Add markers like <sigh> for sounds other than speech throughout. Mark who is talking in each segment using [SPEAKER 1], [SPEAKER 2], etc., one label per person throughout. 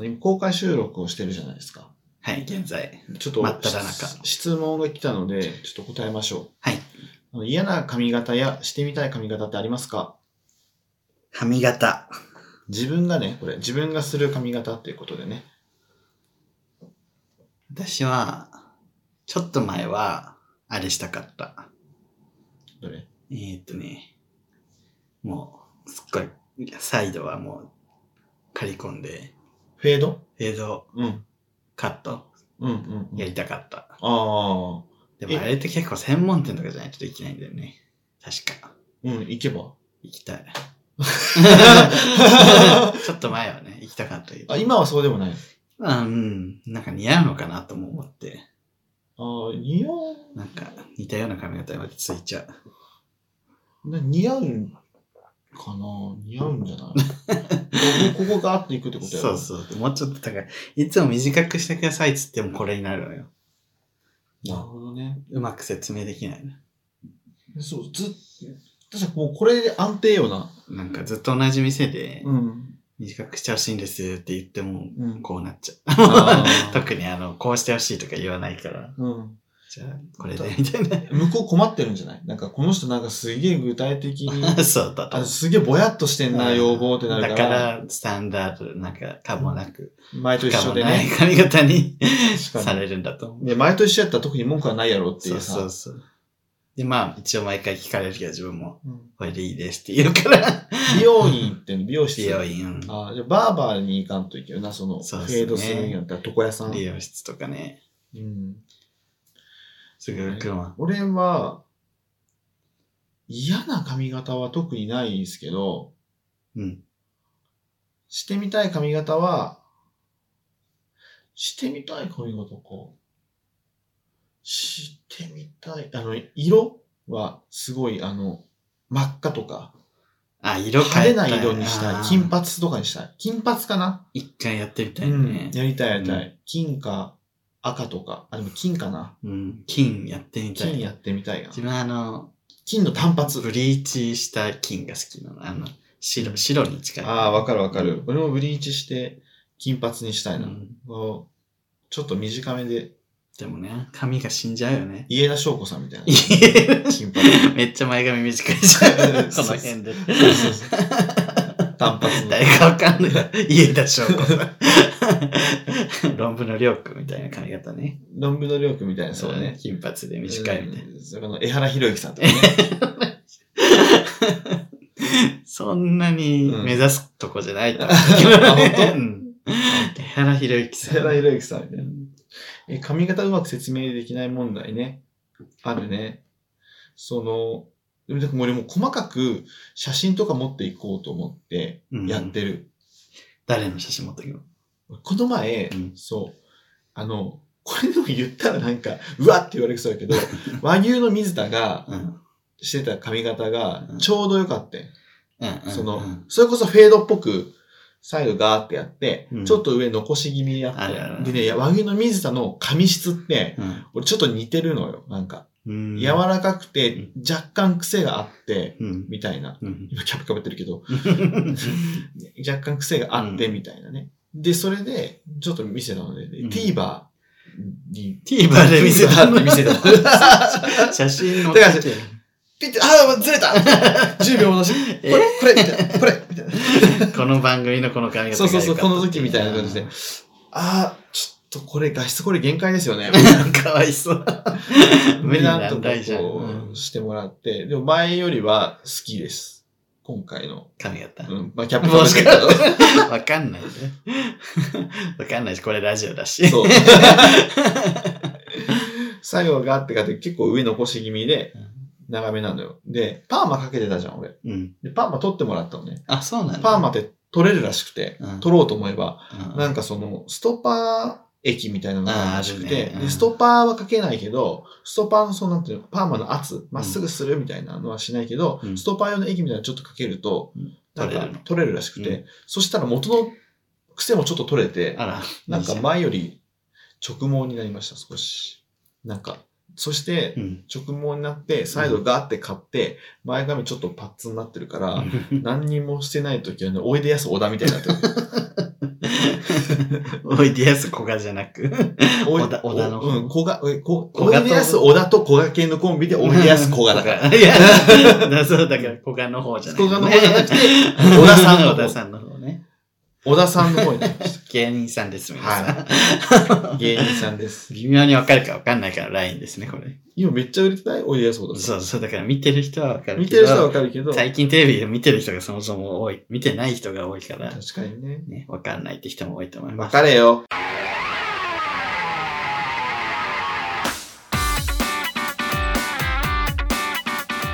[SPEAKER 1] 今公開収録をしてるじゃないですか。
[SPEAKER 2] はい、現在。
[SPEAKER 1] ちょっと
[SPEAKER 2] 真っ只中
[SPEAKER 1] し質問が来たので、ちょっと答えましょう。
[SPEAKER 2] はい
[SPEAKER 1] あの。嫌な髪型やしてみたい髪型ってありますか
[SPEAKER 2] 髪型。
[SPEAKER 1] 自分がね、これ、自分がする髪型っていうことでね。
[SPEAKER 2] 私は、ちょっと前は、あれしたかった。
[SPEAKER 1] どれ
[SPEAKER 2] えーっとね、もう、すっごい、サイドはもう、刈り込んで、
[SPEAKER 1] フェード
[SPEAKER 2] フェード
[SPEAKER 1] うん。
[SPEAKER 2] カット
[SPEAKER 1] うんうん、うん。
[SPEAKER 2] やりたかった。
[SPEAKER 1] ああ。
[SPEAKER 2] で
[SPEAKER 1] え
[SPEAKER 2] もあれって結構専門店とかじゃないとできないんだよね。確か。
[SPEAKER 1] うん、行け
[SPEAKER 2] <laughs>
[SPEAKER 1] ば。
[SPEAKER 2] 行き
[SPEAKER 1] <laughs>
[SPEAKER 2] たい。ちょっと前はね、行きたかったけど。
[SPEAKER 1] あ、今はそうでもない。
[SPEAKER 2] あうん、なんか似合うのかなとも思って、
[SPEAKER 1] ああ、似合
[SPEAKER 2] なんか似たような髪型までついちゃ
[SPEAKER 1] う、
[SPEAKER 2] う。
[SPEAKER 1] な似合うかな似合うん
[SPEAKER 2] <laughs>
[SPEAKER 1] じゃないここここがあっていくってことや
[SPEAKER 2] そ
[SPEAKER 1] ろ
[SPEAKER 2] うそう。もうちょっと高い。いつも短くしてくださいっつってもこれになるのよ。
[SPEAKER 1] なるほどね。
[SPEAKER 2] うまく説明できないな。
[SPEAKER 1] そう、ずっ、確かもうこれで安定よな。
[SPEAKER 2] なんかずっと同じ店で
[SPEAKER 1] うん。
[SPEAKER 2] 短くしてほしいんですって言っても <laughs>
[SPEAKER 1] うん
[SPEAKER 2] こうなっちゃ
[SPEAKER 1] あ
[SPEAKER 2] う。
[SPEAKER 1] ー
[SPEAKER 2] 特にあの、こうしてほしいとか言わないから。
[SPEAKER 1] うん。
[SPEAKER 2] じゃあ、これでみたい
[SPEAKER 1] 向こう困ってるんじゃないなんかこの人なんかすげえ具体的に、
[SPEAKER 2] <laughs> な。そうだ
[SPEAKER 1] あ
[SPEAKER 2] と。
[SPEAKER 1] すげえぼやっとしてんな、要望ってなるから、
[SPEAKER 2] だから、スタンダード、なんか、かもなく、
[SPEAKER 1] 前と一
[SPEAKER 2] か
[SPEAKER 1] 緒
[SPEAKER 2] も
[SPEAKER 1] で
[SPEAKER 2] ない
[SPEAKER 1] ね。
[SPEAKER 2] 髪型に
[SPEAKER 1] 確
[SPEAKER 2] さ
[SPEAKER 1] かに。
[SPEAKER 2] れるんだと思う。
[SPEAKER 1] で、前と一緒やったら特に文句はないやろってい
[SPEAKER 2] そうう
[SPEAKER 1] さ。
[SPEAKER 2] そうそう。で、まあ、一応毎回聞かれるけど、自分も、
[SPEAKER 1] うん
[SPEAKER 2] これでいいですって言
[SPEAKER 1] <laughs>
[SPEAKER 2] うから、
[SPEAKER 1] 美容院行ってんの美容室。
[SPEAKER 2] 美容院、うん
[SPEAKER 1] あじゃあバーバーに行かんといけよな、その、フ
[SPEAKER 2] そう
[SPEAKER 1] ェ
[SPEAKER 2] っすね
[SPEAKER 1] ードするんやったら床屋さん。
[SPEAKER 2] 美容室とかね。
[SPEAKER 1] うん、
[SPEAKER 2] すぐ来るわ。
[SPEAKER 1] 俺は、嫌な髪型は特にないですけど、
[SPEAKER 2] うん。
[SPEAKER 1] してみたい髪型は、してみたい髪型か。してみたい。あの、色はすごい、あの、真っ赤とか、
[SPEAKER 2] あ、色
[SPEAKER 1] 派
[SPEAKER 2] 変え
[SPEAKER 1] 手な色にしたい。金。
[SPEAKER 2] あー
[SPEAKER 1] 髪とかにしたい。金髪かな、
[SPEAKER 2] 一回やってみた
[SPEAKER 1] う
[SPEAKER 2] い
[SPEAKER 1] ん
[SPEAKER 2] ね。。
[SPEAKER 1] やりたいやりたい。
[SPEAKER 2] う
[SPEAKER 1] 金か赤とか。あ、でも金かな。
[SPEAKER 2] うん。金やってみたい。
[SPEAKER 1] 金やってみたいな
[SPEAKER 2] 自。分はあの、
[SPEAKER 1] 金の単発。
[SPEAKER 2] ブリーチした金が好きなの。あの、白、白に近い。
[SPEAKER 1] ああ、わかるわかる。俺もブリーチして金髪にしたいな。
[SPEAKER 2] うん
[SPEAKER 1] こうちょっと短めで、
[SPEAKER 2] でもね、髪が死んじゃうよね。
[SPEAKER 1] 家田翔子さんみたいな。
[SPEAKER 2] いえ
[SPEAKER 1] 金髪。
[SPEAKER 2] <laughs> めっちゃ前髪短いじゃん。
[SPEAKER 1] <laughs>
[SPEAKER 2] こ
[SPEAKER 1] そうそう
[SPEAKER 2] の辺で。
[SPEAKER 1] そうそうそう単発の。
[SPEAKER 2] 誰かわかんない。家田翔子さ
[SPEAKER 1] <laughs>
[SPEAKER 2] ん。論文のりょうくんみたいな髪型ね。
[SPEAKER 1] 論文のりょうくんみたいな、そうね。
[SPEAKER 2] 金髪で短いみたいな。
[SPEAKER 1] うんそれの江原博之さんとかね。
[SPEAKER 2] そんなに目指すとこじゃないと思うけ
[SPEAKER 1] <laughs>
[SPEAKER 2] ど、
[SPEAKER 1] あ本当
[SPEAKER 2] うん江原博之
[SPEAKER 1] 江
[SPEAKER 2] さん。
[SPEAKER 1] 原博之さんみたいな。え、髪型うまく説明できない問題ね。あるね。その、でもでも俺もう細かく写真とか持っていこうと思って
[SPEAKER 2] うん
[SPEAKER 1] やってる。
[SPEAKER 2] 誰の写真持ってくの
[SPEAKER 1] この前、
[SPEAKER 2] うん
[SPEAKER 1] そう、あの、これでも言ったらなんか、うわって言われそうやけ
[SPEAKER 2] <laughs>
[SPEAKER 1] ど、和牛の水田が
[SPEAKER 2] うんうん
[SPEAKER 1] してた髪型が
[SPEAKER 2] うん
[SPEAKER 1] ちょうどよかった。
[SPEAKER 2] うんうん
[SPEAKER 1] その、それこそフェードっぽく、サイドガーってやって、
[SPEAKER 2] うん
[SPEAKER 1] ちょっと上残し気味にやって、
[SPEAKER 2] あるあるある
[SPEAKER 1] でねいや、和牛の水田の髪質って、
[SPEAKER 2] うん
[SPEAKER 1] 俺ちょっと似てるのよ。なんか、
[SPEAKER 2] うん
[SPEAKER 1] 柔らかくて、若干癖があって、
[SPEAKER 2] うん
[SPEAKER 1] みたいな。
[SPEAKER 2] うん
[SPEAKER 1] 今キャップかぶってるけ
[SPEAKER 2] <laughs>
[SPEAKER 1] ど、若干癖があって、
[SPEAKER 2] うん
[SPEAKER 1] みたいなね。で、それで、ちょっと見せたので、で
[SPEAKER 2] うん
[SPEAKER 1] TVer に、
[SPEAKER 2] TVer で見せた
[SPEAKER 1] TVer <laughs> で見
[SPEAKER 2] <laughs>
[SPEAKER 1] せた。
[SPEAKER 2] 写真の
[SPEAKER 1] だかピッて、ああ、ずれた !10 秒戻し、これこれみたいな。これみたいな。
[SPEAKER 2] <laughs> この番組のこの髪型
[SPEAKER 1] そう
[SPEAKER 2] が良か
[SPEAKER 1] そ
[SPEAKER 2] っ
[SPEAKER 1] う
[SPEAKER 2] た
[SPEAKER 1] そう、この時みたいな感じで。ああ、ちょっとこれ、画質これ限界ですよね。
[SPEAKER 2] かわい
[SPEAKER 1] <laughs>
[SPEAKER 2] そう。 <laughs> 無理
[SPEAKER 1] な
[SPEAKER 2] なんん
[SPEAKER 1] とか
[SPEAKER 2] だいじゃん。
[SPEAKER 1] こ
[SPEAKER 2] うん
[SPEAKER 1] うしてもらって、でも前よりは好きです。今回の。
[SPEAKER 2] 髪型。
[SPEAKER 1] うん、まあキャップ
[SPEAKER 2] もしか
[SPEAKER 1] かぶってる
[SPEAKER 2] したらわかんな
[SPEAKER 1] <laughs>
[SPEAKER 2] いね。わかんないし、これラジオだ
[SPEAKER 1] け
[SPEAKER 2] し。
[SPEAKER 1] ど
[SPEAKER 2] <laughs>
[SPEAKER 1] そう。作業があってかって結構上残し気味で長めなのよ。で、パーマかけてたじゃん、俺。
[SPEAKER 2] うん。
[SPEAKER 1] で、パーマ取ってもらったのね。
[SPEAKER 2] あ、そうなんだ。
[SPEAKER 1] パーマって取れるらしくて、
[SPEAKER 2] うん
[SPEAKER 1] 取ろうと思えば、
[SPEAKER 2] うん
[SPEAKER 1] なんかその、ストッパー液みたいなのがあるらしく
[SPEAKER 2] あーあ
[SPEAKER 1] て、
[SPEAKER 2] るねうん
[SPEAKER 1] でストッパーはかけないけど、ストッパーのそのなんていうの、パーマの圧、まっすぐするみたいなのはしないけど、
[SPEAKER 2] うん
[SPEAKER 1] ストッパー用の液みたいなのちょっとかけると、
[SPEAKER 2] うん
[SPEAKER 1] なん
[SPEAKER 2] 取れる
[SPEAKER 1] か
[SPEAKER 2] の
[SPEAKER 1] 取れるらしくて、
[SPEAKER 2] う
[SPEAKER 1] そしたら元の癖もちょっと取れて、
[SPEAKER 2] あら、
[SPEAKER 1] なんか
[SPEAKER 2] いいじゃ
[SPEAKER 1] 前より直毛になりました、少し。なんか、そして、
[SPEAKER 2] うん。
[SPEAKER 1] 直毛になって、サイドガーって買って、前髪 <laughs> ちょっとパッツンになってるから、何にもしてない時はね、おいでやす小田みたいになってる。
[SPEAKER 2] おいでやすこがじゃなく。
[SPEAKER 1] おい
[SPEAKER 2] <laughs> 小田小田の
[SPEAKER 1] おうん、小が、えこ
[SPEAKER 2] 小
[SPEAKER 1] お
[SPEAKER 2] 賀と
[SPEAKER 1] いでやす小田と小賀系のコンビで、おいでやす小賀だから。
[SPEAKER 2] ら。いや、だそうだから、小賀の方じゃない、
[SPEAKER 1] 小賀の方じゃなくて、小
[SPEAKER 2] 小
[SPEAKER 1] 田さんの
[SPEAKER 2] 小田
[SPEAKER 1] 方。
[SPEAKER 2] さんの方ね。
[SPEAKER 1] 小田さんの方になりまし
[SPEAKER 2] 芸人さんです、皆さん。
[SPEAKER 1] た。
[SPEAKER 2] <laughs>
[SPEAKER 1] 芸人さんです。
[SPEAKER 2] 微妙にわかるかわかんないから LINE ですね、これ。
[SPEAKER 1] 今めっちゃ売れてないおいでやす小田さ
[SPEAKER 2] そうそう、だから見てる人はわか
[SPEAKER 1] ん。
[SPEAKER 2] る
[SPEAKER 1] 見
[SPEAKER 2] け
[SPEAKER 1] て
[SPEAKER 2] ど。
[SPEAKER 1] る人はわかるけど、確
[SPEAKER 2] 最近テレビで見てる人がそもそも多い。見てない人が多いから、
[SPEAKER 1] かにね。
[SPEAKER 2] ね、わかんないって人も多いと思います。
[SPEAKER 1] 別れよ。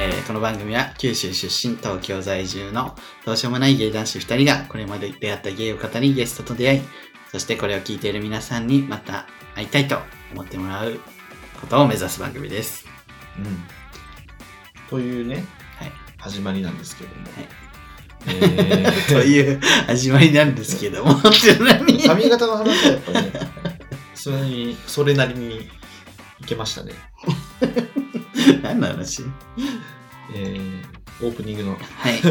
[SPEAKER 2] えーこの番組は九州出身、東京在住のどうしようもない芸男子2人がこれまで出会った芸を語りゲストと出会い、そしてこれを聞いている皆さんにまた会いたいと思ってもらうことを目指す番組です。
[SPEAKER 1] うん。というね、
[SPEAKER 2] <laughs> はい。
[SPEAKER 1] 始まりなんですけども。
[SPEAKER 2] はい
[SPEAKER 1] えー
[SPEAKER 2] という始まりなんですけども、って何
[SPEAKER 1] 髪型の話はやっぱね、それなりに、それなりにいけましたね。
[SPEAKER 2] 何の話
[SPEAKER 1] えー、オープニングの
[SPEAKER 2] はい。
[SPEAKER 1] 終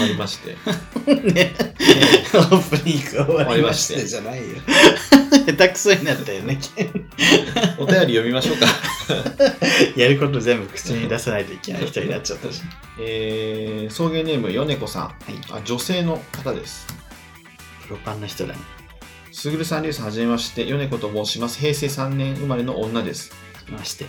[SPEAKER 1] わりまして。
[SPEAKER 2] ね、 <laughs> オープニング終わりましてじゃないよ。下手くそになったよね。
[SPEAKER 1] お便り読みましょうか。
[SPEAKER 2] やること全部口に出さないといけない人になっちゃったし。
[SPEAKER 1] えー、送迎ネーム、ヨネコさん。
[SPEAKER 2] い
[SPEAKER 1] あ女性の方です。
[SPEAKER 2] プロパンの人だね。
[SPEAKER 1] すぐるさん、りゅうさん、はじめまして。ヨネコと申します。平成3年生まれの女です。
[SPEAKER 2] まして。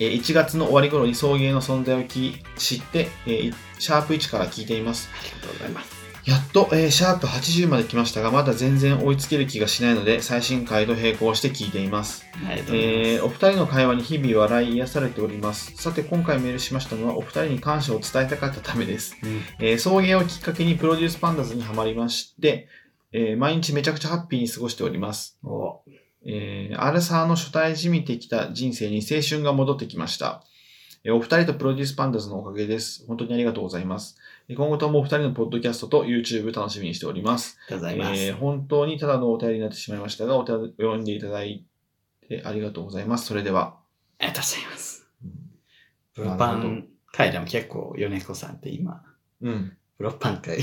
[SPEAKER 1] えー1月の終わり頃に送迎の存在を聞き知って、えーいシャープ1から聞いています。
[SPEAKER 2] ありがとうございます。
[SPEAKER 1] やっと、えーシャープ80まで来ましたが、まだ全然追いつける気がしないので、最新回と並行して聞いています。
[SPEAKER 2] ありがとうございます。
[SPEAKER 1] えーお二人の会話に日々笑い癒されております。さて、今回メールしましたのは、お二人に感謝を伝えたかったためです。えー送迎をきっかけにプロデュースパンダズにハマりまして、えー毎日めちゃくちゃハッピーに過ごしております。
[SPEAKER 2] うん、お
[SPEAKER 1] えーアルサーの初対じみてきた人生に青春が戻ってきました。えーお二人とプロデュースパンダズのおかげです。本当にありがとうございます。えー今後ともお二人のポッドキャストと YouTube 楽しみにしております。
[SPEAKER 2] ありがとうございます。
[SPEAKER 1] えー本当にただのお便りになってしまいましたが、お便り読んでいただいてありがとうございます。それでは。
[SPEAKER 2] ありがとうございます。
[SPEAKER 1] なる
[SPEAKER 2] プロ
[SPEAKER 1] ほど
[SPEAKER 2] パン会でも結構、米子さんって今、 <laughs>
[SPEAKER 1] うん。
[SPEAKER 2] プロパン会、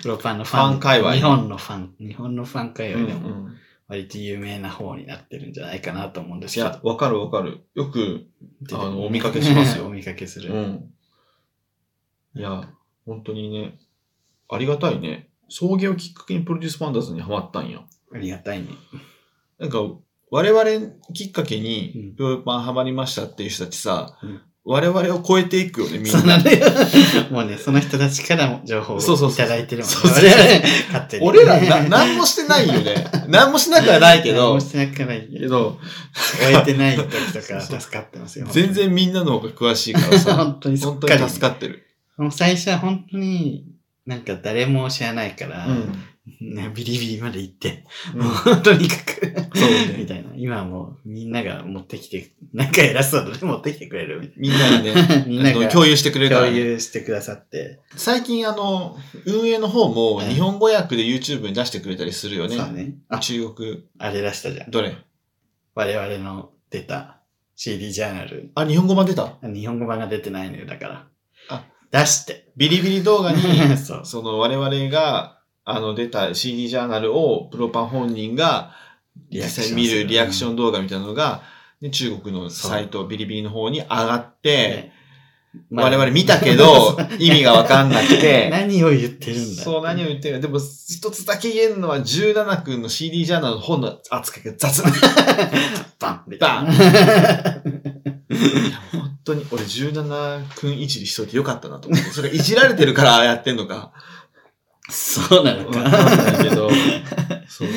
[SPEAKER 2] プロパンのファン、
[SPEAKER 1] ファン界隈
[SPEAKER 2] 日本のファン、日本のファン界
[SPEAKER 1] うんう
[SPEAKER 2] 隈でも、
[SPEAKER 1] ん、
[SPEAKER 2] 割と有名な方になってるんじゃないかなと思うんです
[SPEAKER 1] い
[SPEAKER 2] けど。
[SPEAKER 1] や、わかるわかる。よく、
[SPEAKER 2] 出てくる
[SPEAKER 1] あのお見かけしますよ
[SPEAKER 2] <laughs> お見かけす
[SPEAKER 1] う
[SPEAKER 2] る。
[SPEAKER 1] ん。いや、本当にね、ありがたいね。送迎をきっかけにプロデュースパンダズにハマったんや。
[SPEAKER 2] ありがたいね。
[SPEAKER 1] なんか、我々きっかけ
[SPEAKER 2] うん
[SPEAKER 1] に、プロパンハマりましたっていう人たちさ、
[SPEAKER 2] うん
[SPEAKER 1] 我々を超えていくよね、みん
[SPEAKER 2] そう
[SPEAKER 1] な。
[SPEAKER 2] なんだよ。 <laughs> もうね、その人たちからも情報をい
[SPEAKER 1] そうそうそう
[SPEAKER 2] ただいてるもんね。
[SPEAKER 1] そうそうそう
[SPEAKER 2] 我々ね <laughs> 勝手に。
[SPEAKER 1] 俺らな、何もしてないよ
[SPEAKER 2] <laughs>
[SPEAKER 1] ね。何もしなくはないけ
[SPEAKER 2] 何
[SPEAKER 1] ど
[SPEAKER 2] も、してなくないけ
[SPEAKER 1] け
[SPEAKER 2] ど、
[SPEAKER 1] ど、
[SPEAKER 2] 終えてない時とか
[SPEAKER 1] そう
[SPEAKER 2] 助かってますよ。
[SPEAKER 1] 全然みんなの方が詳しい
[SPEAKER 2] <laughs>
[SPEAKER 1] からさ、
[SPEAKER 2] 本当にすっ
[SPEAKER 1] 本
[SPEAKER 2] か
[SPEAKER 1] 当
[SPEAKER 2] り
[SPEAKER 1] に。助かってる。
[SPEAKER 2] もう最初は本当に、なんか誰も知らないから、
[SPEAKER 1] うん。
[SPEAKER 2] ね、ビリビリまで行って、
[SPEAKER 1] うん
[SPEAKER 2] もうとにかく、
[SPEAKER 1] そうね
[SPEAKER 2] みたいな。今はもうみんなが持ってきて、なんか偉そうだね、持ってきてくれるみた
[SPEAKER 1] <laughs> みんなにね、
[SPEAKER 2] いな。 <laughs> みんな
[SPEAKER 1] あの
[SPEAKER 2] が
[SPEAKER 1] 共有してくれるか
[SPEAKER 2] 共
[SPEAKER 1] らね、
[SPEAKER 2] 有してくださって。
[SPEAKER 1] 最近あの、運営の方も
[SPEAKER 2] うん
[SPEAKER 1] 日本語訳で YouTube に出してくれたりするよね。
[SPEAKER 2] そうね。あ、
[SPEAKER 1] 中国、
[SPEAKER 2] あれ出したじゃん。
[SPEAKER 1] どれ
[SPEAKER 2] 我々の出た CD ジャーナル。
[SPEAKER 1] あ、日本語版出た。
[SPEAKER 2] 日本語版が出てないのよ、だから。
[SPEAKER 1] あ
[SPEAKER 2] 出して。
[SPEAKER 1] ビリビリ動画に、
[SPEAKER 2] <laughs> そう。
[SPEAKER 1] その我々が、あの、出た CD ジャーナルを、プロパン本人が、実際見るリアクショ
[SPEAKER 2] ン
[SPEAKER 1] ン動画みたいなのが、ね中国のサイト、ビリビリの方に上がって、我々見たけ
[SPEAKER 2] <laughs>
[SPEAKER 1] ど、意味がわかんなく
[SPEAKER 2] て
[SPEAKER 1] て、
[SPEAKER 2] <laughs> 何を言ってるんだ。
[SPEAKER 1] そう、何を言ってるか。でも、一つだけ言えるのは、17君の CD ジャーナルの本の扱いが雑。
[SPEAKER 2] <laughs> バンみた
[SPEAKER 1] バン
[SPEAKER 2] いな
[SPEAKER 1] 本当に俺17君いじりしといてよかったなと思って。それいじられてるからああやってんのか。
[SPEAKER 2] そうなの
[SPEAKER 1] わかんないけ
[SPEAKER 2] か。
[SPEAKER 1] ど。
[SPEAKER 2] <laughs>
[SPEAKER 1] そう。
[SPEAKER 2] い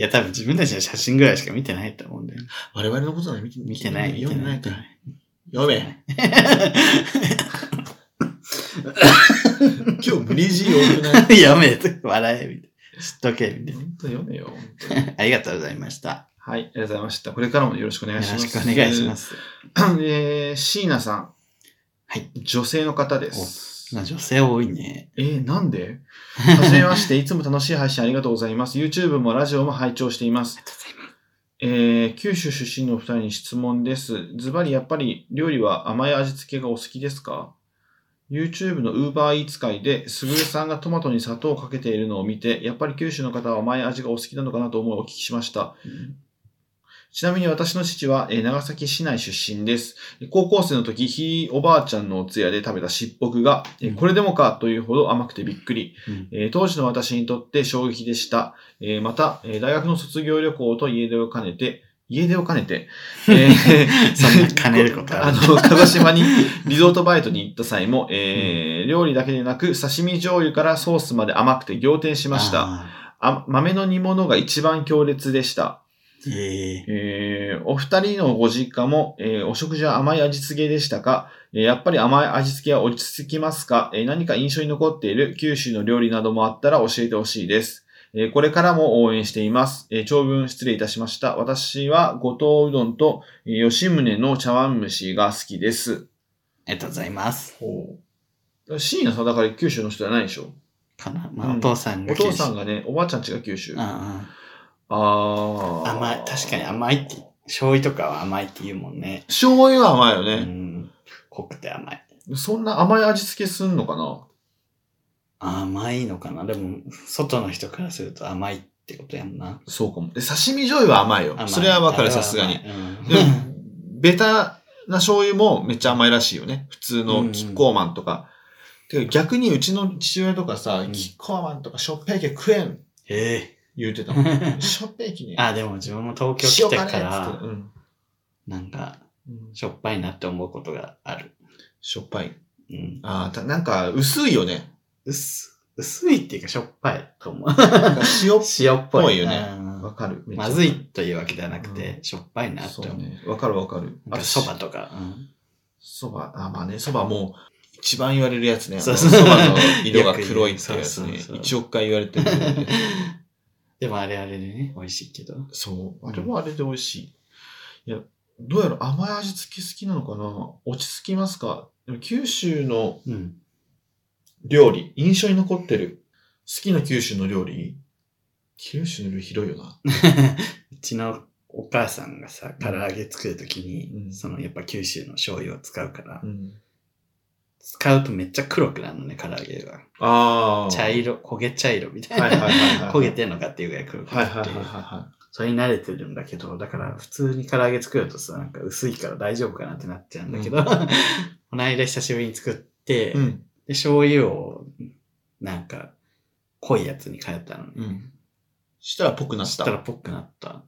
[SPEAKER 2] や、多分自分たちの写真ぐらいしか見てないと思うんだよ。
[SPEAKER 1] 我々のことなんて見て
[SPEAKER 2] 見てない。
[SPEAKER 1] 読んでないから。
[SPEAKER 2] 見
[SPEAKER 1] 読
[SPEAKER 2] て
[SPEAKER 1] <laughs> め。今日無理強い多くない。
[SPEAKER 2] ない。 <laughs> やめと、笑え、みたいな。知っとけ、みたい
[SPEAKER 1] 本当読めよ。本当に
[SPEAKER 2] な。ありがとうございました。
[SPEAKER 1] はい、ありがとうございました。これからもよろしくお
[SPEAKER 2] よ
[SPEAKER 1] 願
[SPEAKER 2] ろ
[SPEAKER 1] いします。。
[SPEAKER 2] しくお願いしますす。
[SPEAKER 1] えー、椎名さん。
[SPEAKER 2] はい。
[SPEAKER 1] 女性の方です。
[SPEAKER 2] 女性多いね。
[SPEAKER 1] えー、なん
[SPEAKER 2] <laughs>
[SPEAKER 1] ではじめまして、いつも楽しい配信ありがとうございます。YouTube もラジオも拝聴しています。
[SPEAKER 2] ありがとうございます。
[SPEAKER 1] えー九州出身のお二人に質問です。ズバリやっぱり料理は甘い味付けがお好きですか YouTube の UberEats 会で、すぐるさんがトマトに砂糖をかけているのを見て、やっぱり九州の方は甘い味がお好きなのかなと思いお聞きしました。ちなみに私の父は、えー長崎市内出身です。高校生の時、ひいおばあちゃんのお通夜で食べたしっぽくが、えー
[SPEAKER 2] うん
[SPEAKER 1] これでもかというほど甘くてびっくり、
[SPEAKER 2] うん
[SPEAKER 1] えー当時の私にとって衝撃でした。えーまた、えー大学の卒業旅行と家出を兼ねて、家出を兼ねて、えー
[SPEAKER 2] <laughs> そんな兼ねることあ
[SPEAKER 1] <laughs> あ
[SPEAKER 2] る
[SPEAKER 1] の、鹿児島にリゾートバイトに行った際も、えー料理だけでなく、刺身醤油からソースまで甘くて仰天しました。
[SPEAKER 2] た。
[SPEAKER 1] あ豆の煮物が一番強烈でした。
[SPEAKER 2] ええ
[SPEAKER 1] えーお二人のご実家も、えーお食事は甘い味付けでしたか、えーやっぱり甘い味付けは落ち着きますか、えー何か印象に残っている九州の料理などもあったら教えてほしいです。えーこれからも応援しています。えー長文失礼いたしました。私は五島うどんと、えー吉宗の茶碗蒸しが好きです。
[SPEAKER 2] ありがとうございます。
[SPEAKER 1] ほう。椎名さん、だから九州の人じゃないでしょ
[SPEAKER 2] かな。まあ、
[SPEAKER 1] うん
[SPEAKER 2] お父さん
[SPEAKER 1] お
[SPEAKER 2] が
[SPEAKER 1] 父さんがね、おばあちゃんちが九州。
[SPEAKER 2] 九州。うんうん
[SPEAKER 1] あー。
[SPEAKER 2] 甘い、確かに甘いって、醤油とかは甘いって言うもんね。
[SPEAKER 1] 醤油は甘いよね。
[SPEAKER 2] うん。濃くて甘い。
[SPEAKER 1] そんな甘い味付けすんのかな
[SPEAKER 2] 甘いのかなでも、外の人からすると甘いってことやんな。
[SPEAKER 1] そうかも。で、刺身醤油は甘いよ。
[SPEAKER 2] 甘い
[SPEAKER 1] それはわかる、さすがに。でもベタな醤油もめっちゃ甘いらしいよね。普通
[SPEAKER 2] う
[SPEAKER 1] の
[SPEAKER 2] ん
[SPEAKER 1] キッコーマンとか。てか逆にうちの父親とかさ、
[SPEAKER 2] うん
[SPEAKER 1] キッコーマンとかしょっぺいけ食えん
[SPEAKER 2] ええ。
[SPEAKER 1] 言うてたも
[SPEAKER 2] <laughs>
[SPEAKER 1] ん。しょっぺいけに。
[SPEAKER 2] あ、でも自分も東京
[SPEAKER 1] 塩
[SPEAKER 2] 来て
[SPEAKER 1] 辛いっ
[SPEAKER 2] か
[SPEAKER 1] つって。
[SPEAKER 2] ら、
[SPEAKER 1] うん
[SPEAKER 2] なんか、
[SPEAKER 1] うん
[SPEAKER 2] しょっぱいなって思うことがある。
[SPEAKER 1] しょっぱい。
[SPEAKER 2] うん。
[SPEAKER 1] あーたなんか薄いよね。
[SPEAKER 2] 薄、薄いっていうかしょっぱいと思う。
[SPEAKER 1] なんか塩っ
[SPEAKER 2] <laughs> 塩っぽい。
[SPEAKER 1] ぽいよね
[SPEAKER 2] うん
[SPEAKER 1] ぽい。わかる。めっちゃ
[SPEAKER 2] まずいというわけではなくて、
[SPEAKER 1] う
[SPEAKER 2] しょっぱいなって
[SPEAKER 1] そう
[SPEAKER 2] 思う。
[SPEAKER 1] ね。わかるわかる。
[SPEAKER 2] なんか
[SPEAKER 1] と
[SPEAKER 2] そばとか。うん
[SPEAKER 1] そば、あ、まあね、そばもう一番言われるやつね。そ
[SPEAKER 2] そう
[SPEAKER 1] ば
[SPEAKER 2] そう
[SPEAKER 1] の色が黒いってやつ
[SPEAKER 2] よく
[SPEAKER 1] ね
[SPEAKER 2] 言うそうそう。そう
[SPEAKER 1] 一億回言われてる。
[SPEAKER 2] <laughs> でもあれあれでね、美味しいけど。
[SPEAKER 1] そう。あれもあれで美味しい。いや、どうやろ甘い味付け好きなのかな落ち着きますかでも九州の
[SPEAKER 2] うん。
[SPEAKER 1] 料理、印象に残ってる。好きな九州の料理九州の料理広いよな。
[SPEAKER 2] <laughs> うちのお母さんがさ、唐揚げ作るときに、
[SPEAKER 1] うん
[SPEAKER 2] そのやっぱ九州の醤油を使うから、
[SPEAKER 1] うん、
[SPEAKER 2] 使うとめっちゃ黒くなるのね、唐揚げが。
[SPEAKER 1] ああ。
[SPEAKER 2] 茶。色、焦げ茶色みたい
[SPEAKER 1] はいはいはい
[SPEAKER 2] な。
[SPEAKER 1] はい。
[SPEAKER 2] <laughs> 焦げてんのかっていうぐらい黒く
[SPEAKER 1] はい
[SPEAKER 2] な
[SPEAKER 1] はいは
[SPEAKER 2] っ
[SPEAKER 1] い
[SPEAKER 2] て
[SPEAKER 1] はい。は
[SPEAKER 2] それに慣れてるんだけど、だから普通に唐揚げ作るとさ、なんか薄いから大丈夫かなってなっちゃうんだけど、 <laughs> この間久しぶりに作っ
[SPEAKER 1] い。
[SPEAKER 2] て、
[SPEAKER 1] うん。
[SPEAKER 2] で、醤油を、なんか、濃いやつに変えたのね。
[SPEAKER 1] うん。したらぽくな
[SPEAKER 2] そ
[SPEAKER 1] っ
[SPEAKER 2] したたら。ぽくなった。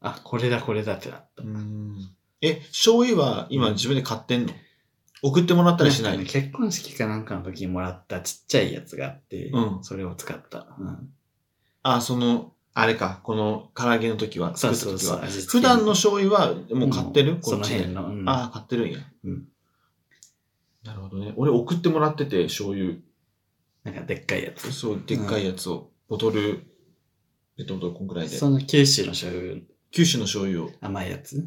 [SPEAKER 2] あ、これだこれだってなった。
[SPEAKER 1] うんえ、醤油は今自分で買ってんの送ってもらったりしない
[SPEAKER 2] んかね結婚式かなんかの時にもらったちっちゃいやつがあって、
[SPEAKER 1] うん
[SPEAKER 2] それを使った。うん、
[SPEAKER 1] あ、その、あれか、この唐揚げの時は、
[SPEAKER 2] そ
[SPEAKER 1] 作
[SPEAKER 2] う
[SPEAKER 1] った時
[SPEAKER 2] そ
[SPEAKER 1] は。
[SPEAKER 2] うそう。味付け
[SPEAKER 1] 普段の醤油はもう買ってる、
[SPEAKER 2] うん
[SPEAKER 1] こ
[SPEAKER 2] そ
[SPEAKER 1] っ
[SPEAKER 2] の
[SPEAKER 1] ちで
[SPEAKER 2] 辺。の。うん
[SPEAKER 1] ああ、買ってるんや。
[SPEAKER 2] うん
[SPEAKER 1] なるほどね。俺送ってもらってて、醤油。
[SPEAKER 2] なんかでっかいやつ。
[SPEAKER 1] そう、でっかいやつを、ボトル、ペットボトルこんくらいで。
[SPEAKER 2] その九州の醤油、
[SPEAKER 1] 九州の醤油を。
[SPEAKER 2] 甘いやつ。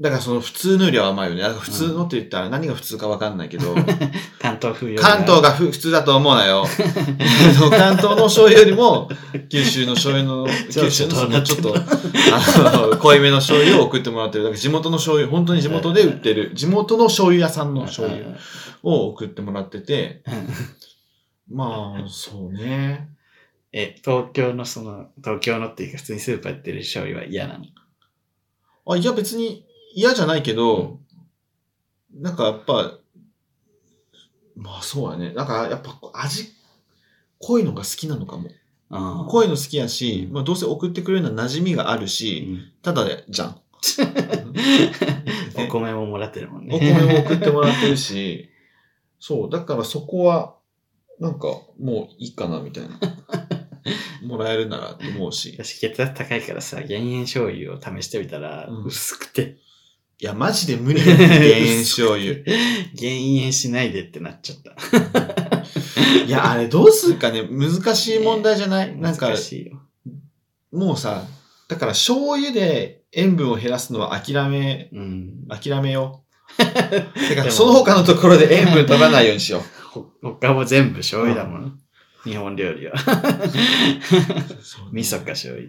[SPEAKER 1] だからその普通のよりは甘いよね。だから普通のって言ったら何が普通かわかんないけ
[SPEAKER 2] <laughs>
[SPEAKER 1] ど、
[SPEAKER 2] 関東風よりは
[SPEAKER 1] 関東がふ普通だと思うな <laughs> よ。あの関東の醤油よりも、九州の醤油の、九州のそのちょっと、あの、濃いめの醤油を送ってもらってる。だから地元の醤油、本当に地元で売ってる、地元の醤油屋さんの醤油。を送ってもらってて、
[SPEAKER 2] うん
[SPEAKER 1] まあ、そうね。
[SPEAKER 2] え、東京のその、東京のっていうか普通にスーパーやってる醤油は嫌なの。
[SPEAKER 1] あ、いや別に嫌じゃないけど、なんかやっぱ、まあそうやね。なんかやっぱ味、濃いのが好きなのかも。
[SPEAKER 2] あー
[SPEAKER 1] 濃いの好きやし、
[SPEAKER 2] うん
[SPEAKER 1] まあどうせ送ってくれるのは馴染みがある
[SPEAKER 2] う
[SPEAKER 1] し、
[SPEAKER 2] ん
[SPEAKER 1] ただじゃん。 <laughs>
[SPEAKER 2] お米ももらってるもんね。
[SPEAKER 1] お米も送ってもらってるし、そう、だからそこは、なんかもういいかなみたい
[SPEAKER 2] <laughs>
[SPEAKER 1] な。もらえるならと思うし。
[SPEAKER 2] <laughs> 私血圧高いからさ、減塩醤油を試してみたら、
[SPEAKER 1] うん
[SPEAKER 2] 薄くて、
[SPEAKER 1] いや、マジで無理やね減塩醤
[SPEAKER 2] <laughs>
[SPEAKER 1] 油。
[SPEAKER 2] 減塩しないでってなっちゃった。
[SPEAKER 1] いや、あれどうするかね、難しい問題じゃない、なんか
[SPEAKER 2] 難、しいよ。
[SPEAKER 1] もうさ、だから醤油で塩分を減らすのは諦め、
[SPEAKER 2] うん。
[SPEAKER 1] 諦めよ <laughs> う。て
[SPEAKER 2] で
[SPEAKER 1] か、
[SPEAKER 2] も
[SPEAKER 1] その他のところで塩分取らないようにしよ
[SPEAKER 2] ほ他も全部醤油だもん。日本料理は。
[SPEAKER 1] う。
[SPEAKER 2] 味噌か醤油。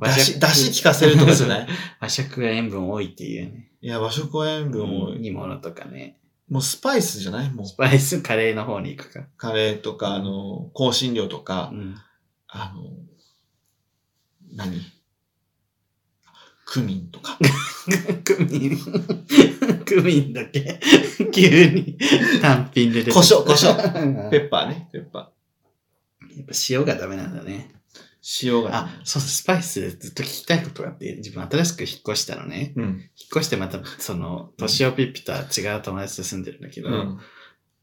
[SPEAKER 1] だし、だし効かせると <laughs> かじゃない
[SPEAKER 2] 和食が塩分多いっていうね。
[SPEAKER 1] いや、和食は塩分多い。
[SPEAKER 2] 煮物とかね。
[SPEAKER 1] もうスパイスじゃないもう
[SPEAKER 2] ス。パイスカレーの方に行くか。
[SPEAKER 1] カレーとか、あの、香辛料とか
[SPEAKER 2] う、
[SPEAKER 1] <laughs>
[SPEAKER 2] ん。
[SPEAKER 1] あの、何クミンとか。
[SPEAKER 2] クミン。クミンだけ。急に単品で出てきた
[SPEAKER 1] 胡椒胡椒
[SPEAKER 2] うん
[SPEAKER 1] ペ
[SPEAKER 2] やっ
[SPEAKER 1] ッパーね、ペッパ
[SPEAKER 2] ぱ塩がダメなんだね。
[SPEAKER 1] ー。塩が。
[SPEAKER 2] あ、そう、スパイスずっと聞きたいことがあって、自分新しく引っ越したのね。
[SPEAKER 1] うん。
[SPEAKER 2] 引っ越してまた、その、年をピッピとは違う友達と住んでるんだけど、
[SPEAKER 1] うん。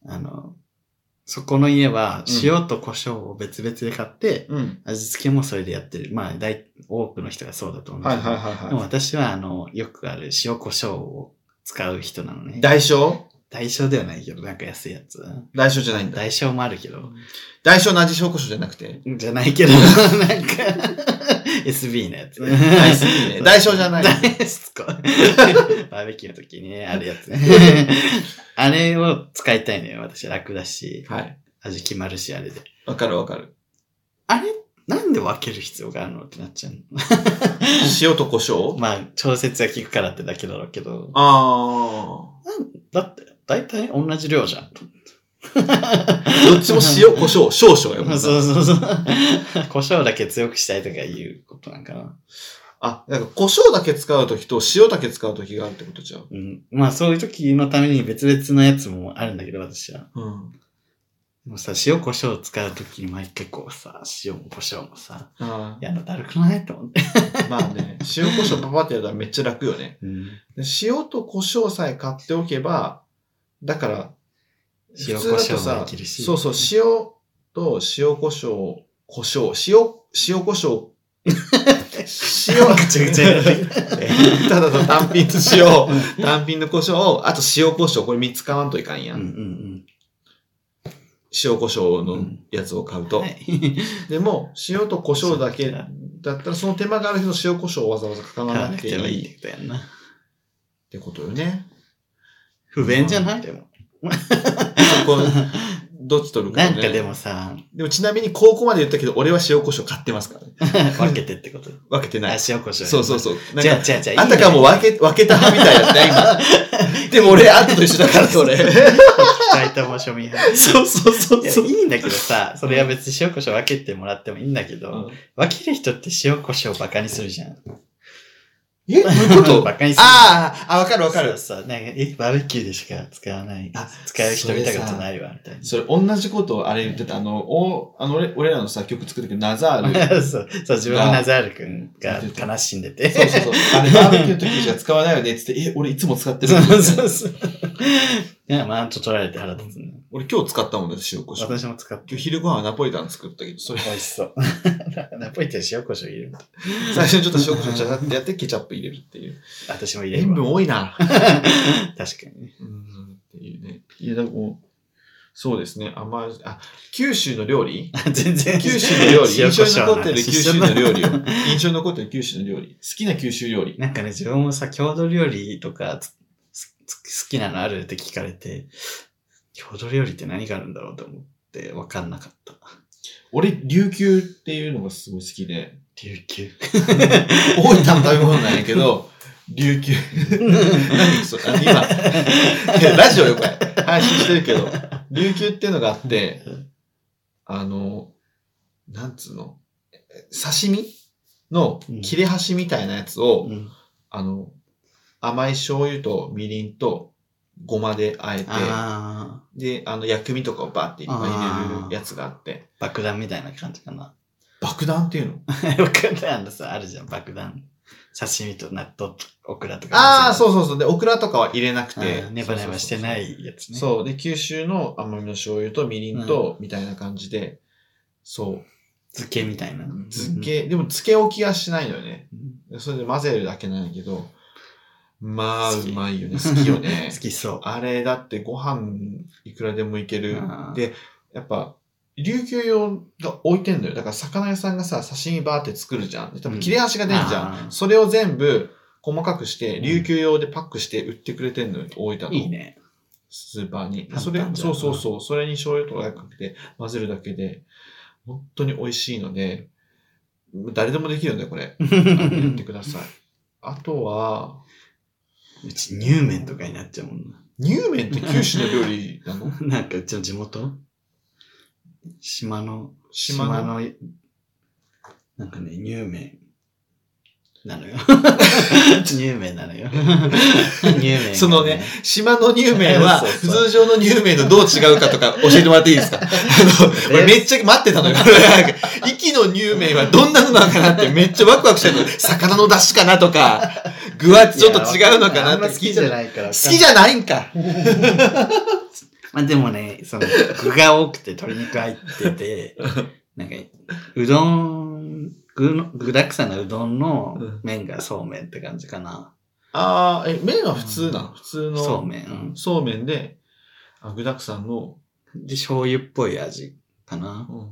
[SPEAKER 2] あの、そこの家は
[SPEAKER 1] うん
[SPEAKER 2] 塩と胡椒を別々で買って、
[SPEAKER 1] うん。
[SPEAKER 2] 味付けもそれでやってる。まあ、大、多くの人がそうだと思うんだ
[SPEAKER 1] は
[SPEAKER 2] け
[SPEAKER 1] い
[SPEAKER 2] ど。
[SPEAKER 1] はいはい
[SPEAKER 2] でも
[SPEAKER 1] は
[SPEAKER 2] 私は、あの、よくある塩胡椒を使う人なのね
[SPEAKER 1] い。。代償
[SPEAKER 2] 代償ではないけど、なんか安いやつ。
[SPEAKER 1] 代償じゃないんだ。
[SPEAKER 2] 代償もあるけど。
[SPEAKER 1] 代償の味塩胡椒じゃなくて。
[SPEAKER 2] じゃないけど、なんか、SB のやつ。
[SPEAKER 1] 大好きね代償じゃない
[SPEAKER 2] 大好き。バーベキューの時にね、あるやつね。あれを使いたいのよ、私。楽だし、
[SPEAKER 1] はい。
[SPEAKER 2] 味決まるし、あれで。
[SPEAKER 1] わかるわかる。
[SPEAKER 2] あれなんで分ける必要があるのってなっちゃう
[SPEAKER 1] 塩と胡椒
[SPEAKER 2] の。まあ、調節が効くからってだけだろうけど。
[SPEAKER 1] あ
[SPEAKER 2] だって、大体同じ量じゃん。
[SPEAKER 1] ー。どっちも塩、胡 <laughs> 椒、少々やもんな
[SPEAKER 2] そうそうそう。胡椒だけ強くしたいとかいうことなんかな。
[SPEAKER 1] あ、なんか胡椒だけ使うときと塩だけ使うときがあるってことじゃん。
[SPEAKER 2] うん。まあそういう時のために別々のやつもあるんだけど、私は。
[SPEAKER 1] うん。
[SPEAKER 2] もうさ、塩胡椒を使う時に毎回こうさ、塩も胡椒もさ、
[SPEAKER 1] あー
[SPEAKER 2] やだ、だるくないと思って。
[SPEAKER 1] まあね、塩胡椒パパってやったらめっちゃ楽よね。
[SPEAKER 2] うん。
[SPEAKER 1] で塩と胡椒さえ買っておけば、だから、
[SPEAKER 2] 塩
[SPEAKER 1] 普通だ
[SPEAKER 2] 胡
[SPEAKER 1] と
[SPEAKER 2] 椒も
[SPEAKER 1] さ
[SPEAKER 2] できる、し。
[SPEAKER 1] そうそう、塩と塩胡椒、胡椒、塩、塩胡 <laughs> 椒、塩、
[SPEAKER 2] ぐちゃぐちゃやる
[SPEAKER 1] <laughs> ただの単品と塩、単品の胡椒、あと塩胡椒、これ3つ買わんといかんや
[SPEAKER 2] うん
[SPEAKER 1] ん。
[SPEAKER 2] <laughs> うん
[SPEAKER 1] 塩胡椒のやつを買う
[SPEAKER 2] う
[SPEAKER 1] と
[SPEAKER 2] ん。は。い。
[SPEAKER 1] でも、塩と胡椒だけだったら、その手間があるけど、塩胡椒をわざわざか
[SPEAKER 2] 買
[SPEAKER 1] わ
[SPEAKER 2] わ
[SPEAKER 1] な
[SPEAKER 2] な
[SPEAKER 1] く
[SPEAKER 2] く
[SPEAKER 1] て
[SPEAKER 2] てもい
[SPEAKER 1] い
[SPEAKER 2] い
[SPEAKER 1] いっ
[SPEAKER 2] ってことやんな。
[SPEAKER 1] てことよね。
[SPEAKER 2] 不便じゃないでも。
[SPEAKER 1] そこ、どっち取るか
[SPEAKER 2] な
[SPEAKER 1] よ
[SPEAKER 2] ん
[SPEAKER 1] ね。
[SPEAKER 2] かでもさ、
[SPEAKER 1] でもちなみに高校まで言ったけど、俺は塩胡椒買ってますからね。
[SPEAKER 2] 分けてってこと。
[SPEAKER 1] 分けてな
[SPEAKER 2] あ
[SPEAKER 1] い。、
[SPEAKER 2] 塩胡椒。
[SPEAKER 1] そうそうそ
[SPEAKER 2] そ
[SPEAKER 1] う。なん
[SPEAKER 2] じゃあ、
[SPEAKER 1] か
[SPEAKER 2] じゃあ、じゃあ、
[SPEAKER 1] あたかも
[SPEAKER 2] わ
[SPEAKER 1] 分け、 <laughs> 分けた派みたいだ
[SPEAKER 2] <laughs>
[SPEAKER 1] った、今。でも俺、あんたと一緒だから、それ。
[SPEAKER 2] <laughs> 埼玉庶民派。
[SPEAKER 1] そうそうそ
[SPEAKER 2] いや、いいんだけどさ、それは別に塩胡椒分けてもらってもいいんだけど、分ける人って塩胡椒をバカにするじゃん。
[SPEAKER 1] えどういうこと
[SPEAKER 2] <laughs> バカにする。
[SPEAKER 1] ああ、あ、分かる分かる。
[SPEAKER 2] そうそうなんか、え、バーベキューでしか使わない。
[SPEAKER 1] あ
[SPEAKER 2] 使う人見たことないわ、みたい
[SPEAKER 1] それ、同じことをあれ言ってた。あの、おあの俺俺らのさ、曲作る時ナザール。
[SPEAKER 2] な。そう、そう、自分のナザール君が悲しんでて。
[SPEAKER 1] そうそうそう。 <laughs> あれ、バーベキューの時しか使わないよね。つって、え、俺いつも使ってるんだ
[SPEAKER 2] そう
[SPEAKER 1] よね
[SPEAKER 2] そうそう。いや、まあ、ちょっと取られて腹立つね。
[SPEAKER 1] <laughs> 俺今日使ったもんだよ、塩胡椒。今
[SPEAKER 2] 私も使って
[SPEAKER 1] 日。昼ご飯はナポリタン作ったけど、それ、
[SPEAKER 2] 美味しそう。ナポリタン塩胡椒入れる。
[SPEAKER 1] 最初にちょっと塩胡椒ちゃってやって、ケチャップ入れるっていう。
[SPEAKER 2] 私も <laughs> 入れる
[SPEAKER 1] 塩
[SPEAKER 2] わ。
[SPEAKER 1] 分多いな。
[SPEAKER 2] 確かにね。
[SPEAKER 1] うん、っていうね。いや、でも、そうですね。甘い、あ、九州の料
[SPEAKER 2] <laughs>
[SPEAKER 1] 理
[SPEAKER 2] あ全然。
[SPEAKER 1] 九州の料理。印
[SPEAKER 2] 塩胡
[SPEAKER 1] 象
[SPEAKER 2] 椒
[SPEAKER 1] に残ってる九州の料理
[SPEAKER 2] <laughs> を
[SPEAKER 1] を。印象に残ってる九州の料理。好きな九州料理。
[SPEAKER 2] なんかね、自分もさ、郷土料理とかつつ好きなのあるって聞かれて、郷土料理って何があるんだろうと思って分かんなかった。
[SPEAKER 1] 俺、琉球っていうのがすごい好きで、
[SPEAKER 2] 琉球。
[SPEAKER 1] 大分の食べ物なんやけど、琉球。何それあ今、いやラジオよ、これ。配信してるけど、琉球っていうのがあって、あの、なんつうの、刺身の切れ端みたいなやつを、
[SPEAKER 2] うん
[SPEAKER 1] あの、甘い醤油とみりんとごまで和えて、
[SPEAKER 2] ああ、
[SPEAKER 1] で、あの、薬味とかをバーっていっぱい入れるやつがあって、
[SPEAKER 2] 爆弾みたいな感じかな。 <laughs>
[SPEAKER 1] 爆弾っていうの
[SPEAKER 2] 爆弾のさ、あるじゃん、爆弾。刺身と納豆とオクラとか。
[SPEAKER 1] ああ、そううそうそう。で、オクラとかは入れなくて
[SPEAKER 2] で。。ネバネバしてないやつね。
[SPEAKER 1] そう。で、九州の甘みの醤油とみりんと、みたいな感じで、そう。
[SPEAKER 2] 漬けみたいな。
[SPEAKER 1] 漬け、でも漬け置きはしないのよね。
[SPEAKER 2] うん。
[SPEAKER 1] それで混ぜるだけなんやけど、まあ、
[SPEAKER 2] 好
[SPEAKER 1] う
[SPEAKER 2] き
[SPEAKER 1] まいよね。好きよね
[SPEAKER 2] <laughs> 好。きそう。
[SPEAKER 1] あれだってご飯いくらでもいける。
[SPEAKER 2] あー
[SPEAKER 1] で、やっぱ、琉球用が置いてんのよ。だから魚屋さんがさ、刺身バーって作るじゃん。で多分切れ端が出るじ
[SPEAKER 2] うん
[SPEAKER 1] ゃん。
[SPEAKER 2] あー
[SPEAKER 1] それを全部細かくして、
[SPEAKER 2] うん
[SPEAKER 1] 琉球用でパックして売ってくれてんのよ。大分の。
[SPEAKER 2] いい <laughs> ね。
[SPEAKER 1] スーパーに。
[SPEAKER 2] 簡単
[SPEAKER 1] それ
[SPEAKER 2] だよ、な
[SPEAKER 1] そうそうそう。それに醤油とかかけて混ぜるだけで、本当に美味しいので、誰でもできるんだよ、これ。
[SPEAKER 2] <laughs>
[SPEAKER 1] やってください。あとは、
[SPEAKER 2] うち、乳麺とかになっちゃうもんな。
[SPEAKER 1] 乳麺って九州の料理なの
[SPEAKER 2] なんか、うちの地元 <laughs> 島の、
[SPEAKER 1] 島の
[SPEAKER 2] なんかね、乳麺な
[SPEAKER 1] <laughs>
[SPEAKER 2] のよ。乳麺なのよ。乳麺。
[SPEAKER 1] そのね、島の乳麺は
[SPEAKER 2] <laughs> そうそう
[SPEAKER 1] 通常の乳麺とどう違うか
[SPEAKER 2] <laughs>
[SPEAKER 1] とか教えてもらっていいですかあの、俺めっちゃ待ってたのよ。 <laughs> なんか息の乳麺はどんなのなのかなってめっちゃワクワクしてたの。魚の出汁かなとか、具はちょっと違うのかな
[SPEAKER 2] あ
[SPEAKER 1] っ
[SPEAKER 2] ん
[SPEAKER 1] て聞
[SPEAKER 2] ま好
[SPEAKER 1] い
[SPEAKER 2] き
[SPEAKER 1] て
[SPEAKER 2] じ
[SPEAKER 1] た
[SPEAKER 2] ゃないから。
[SPEAKER 1] 好きじゃないんか。
[SPEAKER 2] まあでもね、その、具が多くて鶏肉入っ
[SPEAKER 1] <laughs>
[SPEAKER 2] てて、なんか、うどん、具の、具だくさんのうどんの
[SPEAKER 1] うん
[SPEAKER 2] 麺がそうめんって感じかな。
[SPEAKER 1] ああ、え、麺は普通なの普通の。
[SPEAKER 2] そうめん。
[SPEAKER 1] そうめんで、あ具沢山の、
[SPEAKER 2] で、醤油っぽい味かな。
[SPEAKER 1] うん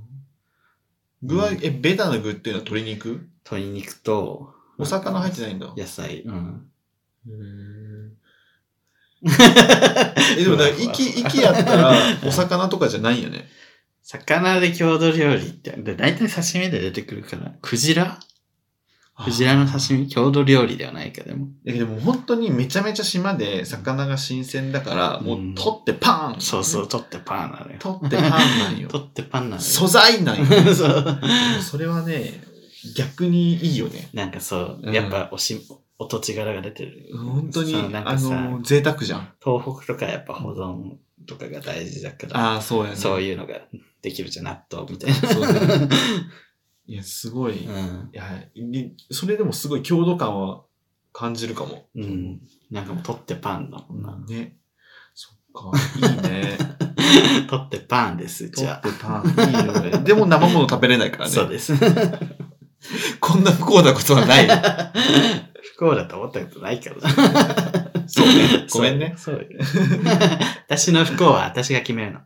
[SPEAKER 1] 具は
[SPEAKER 2] うん、
[SPEAKER 1] え、ベタな具っていうのは鶏肉
[SPEAKER 2] 鶏肉と、
[SPEAKER 1] お魚入って
[SPEAKER 2] な
[SPEAKER 1] ないんだ
[SPEAKER 2] い。野菜。うん。
[SPEAKER 1] へーえ、でも
[SPEAKER 2] <laughs>
[SPEAKER 1] だから、息、息やったら、お魚とかじゃないよね。
[SPEAKER 2] 魚で郷土料理って、で大体刺身で出てくるから、クジラクジラの刺身、郷土料理ではないか、でも。
[SPEAKER 1] だけどもう本当にめちゃめちゃ島で魚が新鮮だから、もう
[SPEAKER 2] うん
[SPEAKER 1] 取ってパーン
[SPEAKER 2] そうそう、取ってパンなのよ。
[SPEAKER 1] 取ってパーンなんよ。
[SPEAKER 2] <laughs> 取ってパンなのよ。
[SPEAKER 1] 素材なんよ。
[SPEAKER 2] <laughs> そう。
[SPEAKER 1] それはね、逆にいいよね。
[SPEAKER 2] なんかそうう、
[SPEAKER 1] ん
[SPEAKER 2] やっぱおし、お土地柄が出てる。
[SPEAKER 1] 本当に、
[SPEAKER 2] そうなん
[SPEAKER 1] あ
[SPEAKER 2] かさ、
[SPEAKER 1] の、贅沢じゃん。
[SPEAKER 2] 東北とかやっぱ保存とかが大事だから、
[SPEAKER 1] ああ、そうやね。
[SPEAKER 2] そう
[SPEAKER 1] う。
[SPEAKER 2] いうのができるじゃん、納豆みたいな。
[SPEAKER 1] そうだ
[SPEAKER 2] <laughs>
[SPEAKER 1] ねいや、すごい。
[SPEAKER 2] うん。
[SPEAKER 1] いや、いそれでもすごい郷土感は感じるかも。
[SPEAKER 2] うん。なんかもう取ってパンだもんな。
[SPEAKER 1] ね。そっか、いいね。
[SPEAKER 2] <laughs> 取ってパンです、
[SPEAKER 1] 取
[SPEAKER 2] じ
[SPEAKER 1] っ
[SPEAKER 2] ゃ
[SPEAKER 1] てパン、いいよね。でも生もの食べれないか
[SPEAKER 2] あ。
[SPEAKER 1] ら
[SPEAKER 2] そう
[SPEAKER 1] ね。
[SPEAKER 2] です。
[SPEAKER 1] こんな不幸なことはない。
[SPEAKER 2] 不幸だと思ったことないから。
[SPEAKER 1] そうね。ごめんね。
[SPEAKER 2] <laughs> そう。そうよ私の不幸は私が決めるの。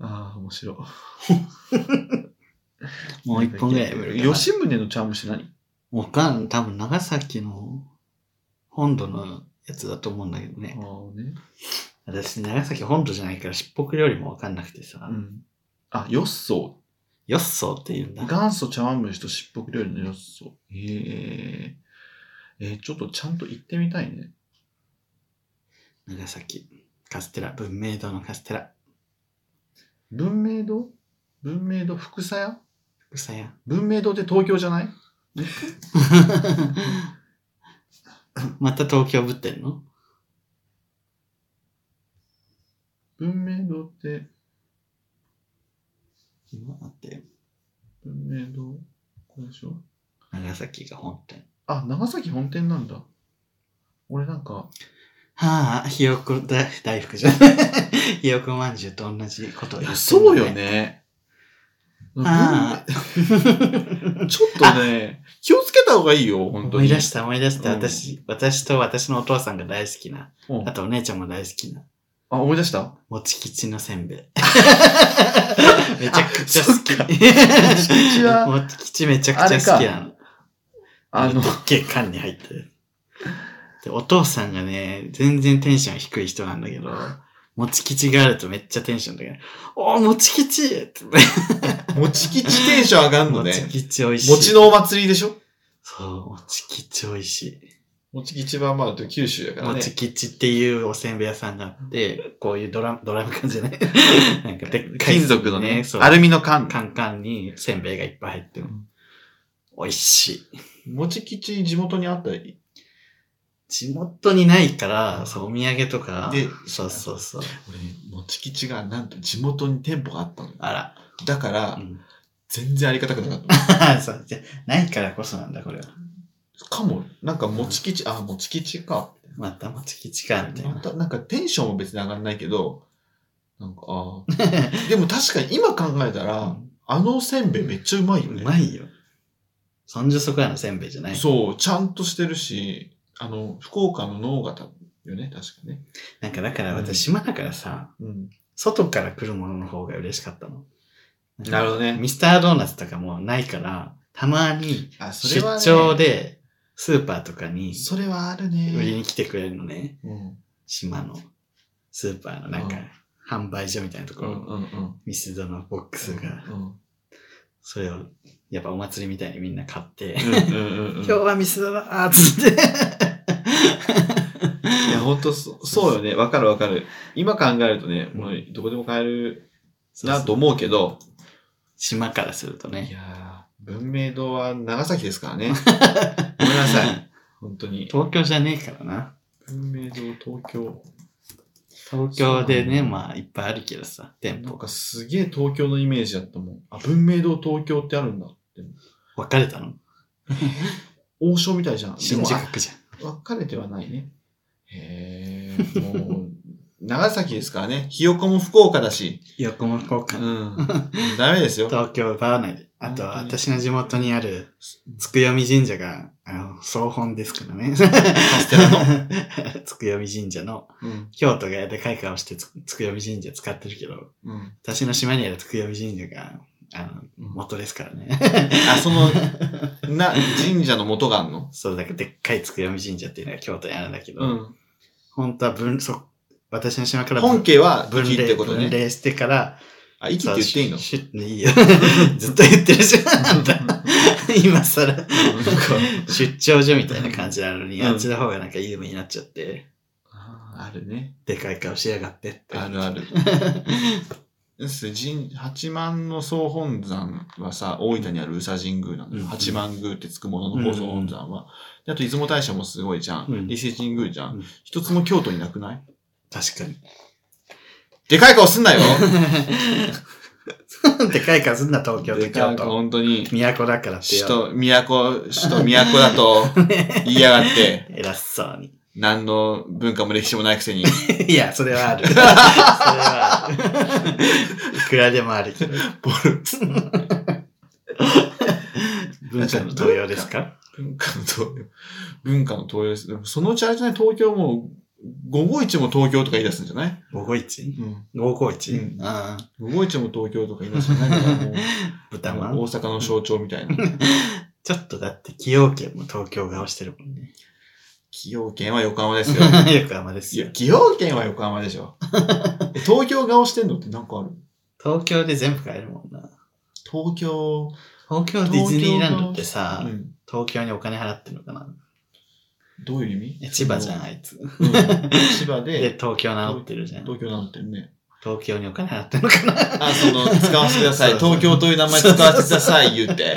[SPEAKER 1] ああ、面白い。
[SPEAKER 2] もう一本ぐらい無理かな
[SPEAKER 1] 吉宗の茶碗蒸し何
[SPEAKER 2] わかん、多分長崎の本土のやつだと思うんだけどね。
[SPEAKER 1] ああね。
[SPEAKER 2] 私、長崎本土じゃないから、しっぽく料理もわかんなくてさ、
[SPEAKER 1] うん。あ、よっそ
[SPEAKER 2] よっそうって言うん
[SPEAKER 1] う。
[SPEAKER 2] だ。
[SPEAKER 1] 元祖茶碗蒸しとしっぽく料理のよっそう。へえ。えー、ちょっとちゃんと行ってみたいね。
[SPEAKER 2] 長崎、カステラ、文明堂のカステラ、
[SPEAKER 1] 文明堂文明堂福佐屋
[SPEAKER 2] 草屋。
[SPEAKER 1] 文明堂って東京じゃない
[SPEAKER 2] また東京ぶってんの
[SPEAKER 1] 文明堂って、
[SPEAKER 2] 今あってよ。
[SPEAKER 1] 文明堂、これでしょ
[SPEAKER 2] 長崎が本店。
[SPEAKER 1] あ、長崎本店なんだ。俺なんか、
[SPEAKER 2] はあ、ひよこだ大福じゃん。 <laughs> ひよこまんじゅうと同じことを
[SPEAKER 1] い
[SPEAKER 2] 言ってんだ
[SPEAKER 1] や、そうよ。ね。文
[SPEAKER 2] ああ、
[SPEAKER 1] 明ちょっとね、気をつけた方がいいよ、 <laughs> 本当
[SPEAKER 2] 思
[SPEAKER 1] に。
[SPEAKER 2] い出した思い出した。
[SPEAKER 1] うん
[SPEAKER 2] 私、私と私のお父さんが大好きな、
[SPEAKER 1] うん
[SPEAKER 2] あとお姉ちゃんも大好きな、
[SPEAKER 1] あ、思い出した
[SPEAKER 2] もち吉のせん
[SPEAKER 1] <laughs>
[SPEAKER 2] べい。めちゃくちゃ
[SPEAKER 1] そ
[SPEAKER 2] 好
[SPEAKER 1] っ
[SPEAKER 2] き。
[SPEAKER 1] か
[SPEAKER 2] もち
[SPEAKER 1] 吉
[SPEAKER 2] <laughs>
[SPEAKER 1] は
[SPEAKER 2] 吉めちゃくちゃ好きなの。
[SPEAKER 1] あの
[SPEAKER 2] で、っけえ缶に入ってる。で、お父さんがね、全然テンション低い人なんだけど、もち吉があるとめっちゃテンションだから、おー、もち吉って
[SPEAKER 1] <laughs> もちきちテンション上がんの
[SPEAKER 2] も
[SPEAKER 1] ね。
[SPEAKER 2] ち吉美味し
[SPEAKER 1] <laughs>
[SPEAKER 2] い。
[SPEAKER 1] もちのお祭りでしょ
[SPEAKER 2] そう、もち吉美味しい。
[SPEAKER 1] もちきちはまあ、九州やから
[SPEAKER 2] も
[SPEAKER 1] ね。
[SPEAKER 2] ち吉っていうおせんべい屋さんがあって、こういうドラム、ドラム缶じゃない
[SPEAKER 1] <laughs>
[SPEAKER 2] なんかでっかい。
[SPEAKER 1] 金属のね、
[SPEAKER 2] そう
[SPEAKER 1] アルミの缶。
[SPEAKER 2] カンカンにせんべいがいっぱい入ってる
[SPEAKER 1] うん。
[SPEAKER 2] 美味しい。
[SPEAKER 1] もちきち地元にあったり。
[SPEAKER 2] 地元にないから、そう、お土産とか。
[SPEAKER 1] で
[SPEAKER 2] そうそうそう。
[SPEAKER 1] 俺、もちきちがなんと地元に店舗があったのよ。
[SPEAKER 2] あら。
[SPEAKER 1] だから
[SPEAKER 2] う、ん
[SPEAKER 1] 全然ありがたくなかった。
[SPEAKER 2] そうじゃないからこそなんだ、これは。
[SPEAKER 1] かも、なんか、もちきち、あ、もちきちか。
[SPEAKER 2] またもち吉か、みたい
[SPEAKER 1] ま
[SPEAKER 2] な。
[SPEAKER 1] た、なんかテンションも別に上がんないけど、なんか、あーでも確かに今考えたら、あのせんべいめっちゃうまいよ
[SPEAKER 2] う
[SPEAKER 1] ね。
[SPEAKER 2] まいよ。そんじょそこらのせんべいじゃない。
[SPEAKER 1] そう、ちゃんとしてるし、あの、福岡の農方よね、確かね。
[SPEAKER 2] なんかだから私、島だからさ、
[SPEAKER 1] うん。
[SPEAKER 2] 外から来るものの方が嬉しかったの。
[SPEAKER 1] なるほどね
[SPEAKER 2] ミスタードーナツとかもうないから、たまに
[SPEAKER 1] あ、そ
[SPEAKER 2] 出
[SPEAKER 1] れは、ね、
[SPEAKER 2] 張で、スーパーとかに
[SPEAKER 1] それはある
[SPEAKER 2] 売り
[SPEAKER 1] ね。
[SPEAKER 2] に来てくれるのね。
[SPEAKER 1] うん。
[SPEAKER 2] 島のスーパーのなんか
[SPEAKER 1] うん
[SPEAKER 2] 販売所みたいなとこ
[SPEAKER 1] う
[SPEAKER 2] ろ、
[SPEAKER 1] んうんうん。
[SPEAKER 2] ミスドのボックスが、
[SPEAKER 1] うん
[SPEAKER 2] それをやっぱお祭りみたいにみんな買って、
[SPEAKER 1] うんうんうんうん。
[SPEAKER 2] 今日はミスドだーっつって。
[SPEAKER 1] いや、本当そそうよね。わかるわかる。今考えるとね、もうどこでも買えるなと思うけど、
[SPEAKER 2] 島からすると
[SPEAKER 1] い
[SPEAKER 2] ね。
[SPEAKER 1] やー文明堂は長崎ですから <laughs> ね。ごめんなさい。本当に。
[SPEAKER 2] <laughs> 東京じゃねえからな。
[SPEAKER 1] 文明堂東京。
[SPEAKER 2] 東京でね、
[SPEAKER 1] そう
[SPEAKER 2] まあ、いっぱいあるけどさ、店
[SPEAKER 1] なん
[SPEAKER 2] 舗。
[SPEAKER 1] かすげえ東京のイメージだったもん。あ、文明堂東京ってあるんだって。
[SPEAKER 2] 別れたの
[SPEAKER 1] 王将みたいじゃん。で
[SPEAKER 2] 新
[SPEAKER 1] も
[SPEAKER 2] 宿区じゃん。
[SPEAKER 1] あ分かれてはないね。へえ、もう、長崎ですからね。 <laughs> ひよこも福岡だし。
[SPEAKER 2] 横も交
[SPEAKER 1] う
[SPEAKER 2] 換。
[SPEAKER 1] ん。ダメ <laughs> ですよ。
[SPEAKER 2] 東京奪わないで。あと、
[SPEAKER 1] 本当に
[SPEAKER 2] 私の地元にある、つくよみ神社が、あの、総本ですからね。
[SPEAKER 1] ステラの
[SPEAKER 2] つくよみ神社の、
[SPEAKER 1] うん。
[SPEAKER 2] 京都がでかい顔してつつくよみ神社使ってるけど、
[SPEAKER 1] うん。
[SPEAKER 2] 私の島にあるつくよみ神社が、あの、元ですからね。 <laughs>
[SPEAKER 1] あ、その、な、神社の元があんの
[SPEAKER 2] そう、だからでっかいつくよみ神社っていうのが京都にあるんだけど、
[SPEAKER 1] うん。
[SPEAKER 2] 本当は分、そ、私の島から分
[SPEAKER 1] 本家は
[SPEAKER 2] 分
[SPEAKER 1] 域っ
[SPEAKER 2] 類
[SPEAKER 1] てこと
[SPEAKER 2] 分
[SPEAKER 1] ね。
[SPEAKER 2] 類してから、
[SPEAKER 1] あ、域って言っていいの <laughs>
[SPEAKER 2] シュッねいいよ。 <laughs> ずっと言ってるじゃん、あんた。
[SPEAKER 1] <laughs>
[SPEAKER 2] 今更。
[SPEAKER 1] うんなんか <laughs>
[SPEAKER 2] 出張所みたいな感じなのに、
[SPEAKER 1] うん
[SPEAKER 2] あっちの方がなんか有名になっちゃって、
[SPEAKER 1] あーあるね。
[SPEAKER 2] でかい顔しやがってって。
[SPEAKER 1] あるあ
[SPEAKER 2] <laughs>
[SPEAKER 1] る。です神八幡の総本山はさ、大分にある宇佐神宮なんだよ。
[SPEAKER 2] うん
[SPEAKER 1] 八幡宮ってつくものの総本山は。であと出雲大社もすごいじゃん。
[SPEAKER 2] うん
[SPEAKER 1] 伊勢神宮じゃん。
[SPEAKER 2] うん
[SPEAKER 1] 一つも京都になくない
[SPEAKER 2] 確かに。 <laughs>
[SPEAKER 1] でかい顔すんなよ
[SPEAKER 2] でかい数んな東京
[SPEAKER 1] で
[SPEAKER 2] と
[SPEAKER 1] か
[SPEAKER 2] 京
[SPEAKER 1] い顔、
[SPEAKER 2] 都。
[SPEAKER 1] 本当に。
[SPEAKER 2] 都だからって
[SPEAKER 1] 首
[SPEAKER 2] よ。
[SPEAKER 1] 都、都、首都、都だと言いやがって、
[SPEAKER 2] 偉そうに。
[SPEAKER 1] 何の文化も歴史もないくせ
[SPEAKER 2] <laughs>
[SPEAKER 1] に、
[SPEAKER 2] いや、それはあ
[SPEAKER 1] <laughs>
[SPEAKER 2] る。それはある。いくらでもあるけど。
[SPEAKER 1] ボルツ。
[SPEAKER 2] 文化の同様ですか
[SPEAKER 1] 文化の東洋。文化の東洋です。でもそのうちあれじゃない東京も、551も東京とか言い出すんじゃない
[SPEAKER 2] 五五一
[SPEAKER 1] うん。
[SPEAKER 2] 五五一
[SPEAKER 1] うん
[SPEAKER 2] ああ。
[SPEAKER 1] 551も東京とか言い出すんじゃないか
[SPEAKER 2] <laughs>
[SPEAKER 1] もう
[SPEAKER 2] 豚
[SPEAKER 1] あ
[SPEAKER 2] ま
[SPEAKER 1] の大阪の象徴みたいな。
[SPEAKER 2] ちょっとだって、崎陽軒も東京顔してるもん <laughs> ね。
[SPEAKER 1] 崎陽軒は横浜ですよ。
[SPEAKER 2] <laughs> 横浜で
[SPEAKER 1] い
[SPEAKER 2] す
[SPEAKER 1] や、
[SPEAKER 2] よ。
[SPEAKER 1] 崎陽軒は横浜でし
[SPEAKER 2] <laughs>
[SPEAKER 1] ょ。え東京顔してんのってなんかある
[SPEAKER 2] 東京で全部買えるもんな。
[SPEAKER 1] 東京、
[SPEAKER 2] 東京ディズニーランドってさ、
[SPEAKER 1] うん、
[SPEAKER 2] 東京にお金払ってるのかな
[SPEAKER 1] どういう意味
[SPEAKER 2] え千葉じゃん、
[SPEAKER 1] い。
[SPEAKER 2] あいつ。
[SPEAKER 1] うん千葉
[SPEAKER 2] で、
[SPEAKER 1] で、
[SPEAKER 2] 東京名乗ってるじゃん。
[SPEAKER 1] 東京なんてね。
[SPEAKER 2] 東京にお金払ってるのかな
[SPEAKER 1] あ、その、使わせてください。
[SPEAKER 2] <laughs> そうそう
[SPEAKER 1] 東京という名前使わせてください、言
[SPEAKER 2] <laughs>
[SPEAKER 1] って。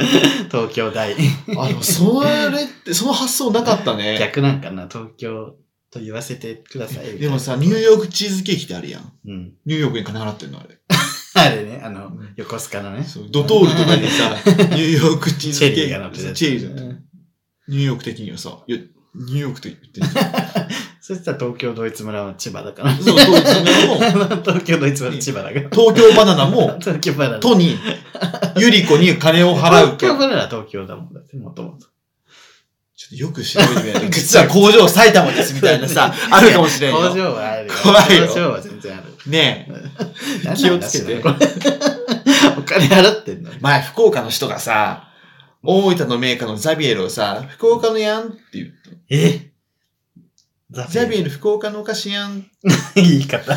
[SPEAKER 2] 東京大。
[SPEAKER 1] あ、でも、それって、その発想なかったね。
[SPEAKER 2] 逆なんかな、東京と言わせてください。
[SPEAKER 1] でもさ、ニューヨークチーズケーキってあるやん。
[SPEAKER 2] うん。
[SPEAKER 1] ニューヨークに金払ってんのあれ。
[SPEAKER 2] あれね、あの、
[SPEAKER 1] うん
[SPEAKER 2] 横須賀のね。
[SPEAKER 1] そうドトールとかに
[SPEAKER 2] <laughs>
[SPEAKER 1] さ、ニューヨークチーズ
[SPEAKER 2] チ
[SPEAKER 1] ケ
[SPEAKER 2] ェ
[SPEAKER 1] ーキ。
[SPEAKER 2] リーが乗ってたやつ
[SPEAKER 1] チェリーだ
[SPEAKER 2] う
[SPEAKER 1] よ
[SPEAKER 2] ん
[SPEAKER 1] ニューヨーク的にはさ、いや、ニューヨークと言ってんじゃん。
[SPEAKER 2] そしたら東京ドイツ村は千葉だから。 <laughs>
[SPEAKER 1] そう、ドイツ村も、
[SPEAKER 2] 東京ドイツ村は千葉だから。
[SPEAKER 1] 東京バナナも、
[SPEAKER 2] 東京バナナ。
[SPEAKER 1] 都に、ユリコに金を払うと。ち
[SPEAKER 2] 東京 <laughs>
[SPEAKER 1] ょ
[SPEAKER 2] バナナは東京だもんだって、もともと。
[SPEAKER 1] っとよく調べてみないと。実
[SPEAKER 2] <laughs>
[SPEAKER 1] は工場埼玉ですみたいなさ、あるかもしれん
[SPEAKER 2] 工
[SPEAKER 1] よ。
[SPEAKER 2] 場はあるよ。
[SPEAKER 1] 怖いよ
[SPEAKER 2] 工場は全然ある。
[SPEAKER 1] ねえ。気をつけて
[SPEAKER 2] 何なんだそれお金払ってんのに。
[SPEAKER 1] 前、福岡の人がさ、大分のメーカーのザビエルをさ、福岡のやんって言う。
[SPEAKER 2] えザ
[SPEAKER 1] ザビ
[SPEAKER 2] エ
[SPEAKER 1] エル福岡のお菓子やん。
[SPEAKER 2] ル言い方。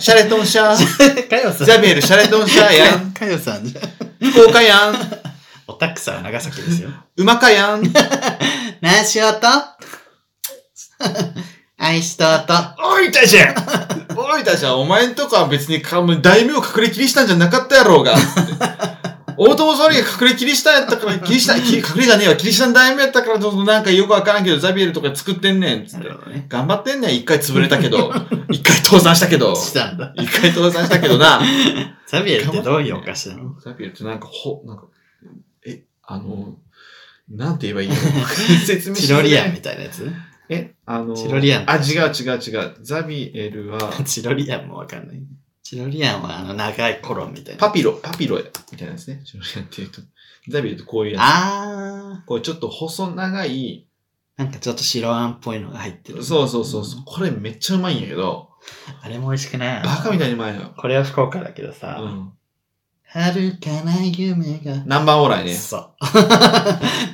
[SPEAKER 1] シャレトンシャ
[SPEAKER 2] <laughs>
[SPEAKER 1] ー。
[SPEAKER 2] かよさん。
[SPEAKER 1] ザビエルシャレトンシャーやん。
[SPEAKER 2] かよさんじゃん。
[SPEAKER 1] 福岡やん。
[SPEAKER 2] オタクさんは長崎 <laughs> ですよ。
[SPEAKER 1] うまかやん。
[SPEAKER 2] 何しようと愛しとうと。
[SPEAKER 1] 大分じゃん大分じゃんお前んとこは別にか大名隠れキリシタンじゃなかったやろうが。大友総理が隠れキリシタンやったから、キリシタン、 <laughs> き隠れじゃねえわ、キリシタン大名やったから、なんかよくわからんけど、ザビエルとか作ってんねん、つって。
[SPEAKER 2] ほどね。
[SPEAKER 1] 頑張ってんねん、一回潰れたけ
[SPEAKER 2] <laughs>
[SPEAKER 1] ど。一回倒産したけど。
[SPEAKER 2] したんだ。
[SPEAKER 1] 一回倒産したけどな。
[SPEAKER 2] ザビエルってどういうお菓子なの
[SPEAKER 1] ザビエルってなんか、ほ、なんか、え、あの、なんて言えば
[SPEAKER 2] <laughs>
[SPEAKER 1] いいの説明
[SPEAKER 2] チロリアン
[SPEAKER 1] ン。
[SPEAKER 2] みたいなやつ
[SPEAKER 1] え、あの、
[SPEAKER 2] チロリアン
[SPEAKER 1] あ、違う違う違う。ザビエルは、
[SPEAKER 2] チロリアンもわかんない。チロリアンはあの長いコロンみたいな。
[SPEAKER 1] パピロ、パピロみたいなんですね。チロリアンっていうと。ザビエルってこういうや
[SPEAKER 2] あ
[SPEAKER 1] つ。こうちょっと細長い。
[SPEAKER 2] ー。なんかちょっと白あんっぽいのが入ってる。
[SPEAKER 1] そうそうそうそう。これめっちゃうまいんやけど、
[SPEAKER 2] あれも美味しくない
[SPEAKER 1] バカみたいにうまいのよ。
[SPEAKER 2] これは福岡だけどさ、
[SPEAKER 1] うん。
[SPEAKER 2] 遥かな夢が。
[SPEAKER 1] 南蛮往来ね。
[SPEAKER 2] そう。 <laughs>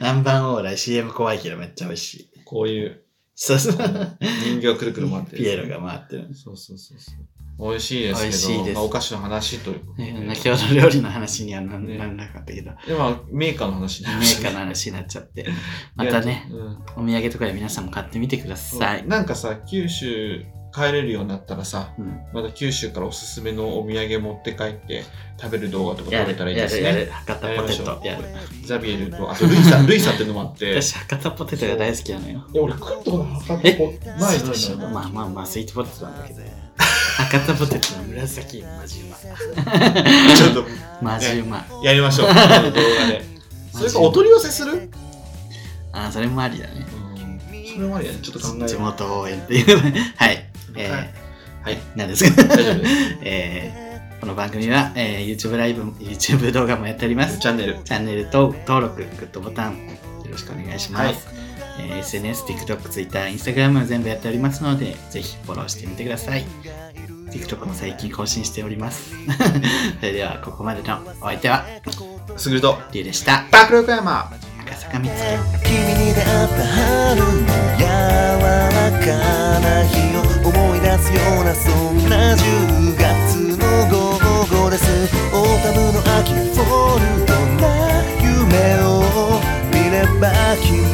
[SPEAKER 2] 南蛮往来 CM 怖いけどめっちゃ美味しい。
[SPEAKER 1] こういう、
[SPEAKER 2] そうそう。
[SPEAKER 1] 人形くるくる回ってる。
[SPEAKER 2] ピエロが回ってる。
[SPEAKER 1] そうそうそうそう。美味しいですけど、
[SPEAKER 2] 美味しいです
[SPEAKER 1] まあお菓子の話ということで。
[SPEAKER 2] ね先ほど料理の話にはなん
[SPEAKER 1] ね
[SPEAKER 2] なんなかったけど、メ
[SPEAKER 1] でまあメーカーの話になりまし
[SPEAKER 2] ー
[SPEAKER 1] た
[SPEAKER 2] カー
[SPEAKER 1] ね
[SPEAKER 2] の話になっちゃって、またね、
[SPEAKER 1] いやうん
[SPEAKER 2] お土産とかで皆さんも買ってみてください。
[SPEAKER 1] なんかさ、九州帰れるようになったらさ、
[SPEAKER 2] うん、
[SPEAKER 1] また九州からおすすめのお土産持って帰って食べる動画とか
[SPEAKER 2] や
[SPEAKER 1] 撮れ
[SPEAKER 2] る
[SPEAKER 1] たらいい
[SPEAKER 2] や
[SPEAKER 1] で
[SPEAKER 2] る
[SPEAKER 1] す
[SPEAKER 2] や
[SPEAKER 1] ね。
[SPEAKER 2] る博多ポテトやる
[SPEAKER 1] ザビエルと、あとルイさん、ルイさんってのもあって。
[SPEAKER 2] 私博多ポテトが大好きなのよ
[SPEAKER 1] いや、俺食ったことなかった。
[SPEAKER 2] え
[SPEAKER 1] ないないない。
[SPEAKER 2] まあまあまあスイートポテトなんだけ
[SPEAKER 1] <laughs>
[SPEAKER 2] ど博多ポテトの紫マジう
[SPEAKER 1] ちょっ <laughs>
[SPEAKER 2] まマジうま
[SPEAKER 1] と、やりましょう。 <laughs> 動画で。それか、お取り寄せするうん。
[SPEAKER 2] あそれもありだね
[SPEAKER 1] それもありやね。ちょっと考えよう
[SPEAKER 2] 地元応援っていう <laughs> はいえー
[SPEAKER 1] はいはい
[SPEAKER 2] 何ですか <laughs>
[SPEAKER 1] 大丈夫です。
[SPEAKER 2] えーこの番組は、えー YouTube ライブも YouTube 動画もやっております
[SPEAKER 1] チャンネル
[SPEAKER 2] チャンネル登登録グッドボタンよろしくお願いします、えー SNS、TikTok、Twitter、Instagram 全部やっておりますのでぜひフォローしてみてください TikTok も最近更新しております <laughs> それではここまでのお相手は
[SPEAKER 1] すぐると、
[SPEAKER 2] リュウでした
[SPEAKER 1] 爆力山
[SPEAKER 2] 赤坂みつき
[SPEAKER 3] 君に出会った春の柔らかな日を思い出すようなそんな10月の午後ですオータムの秋フォルトな夢を見れば君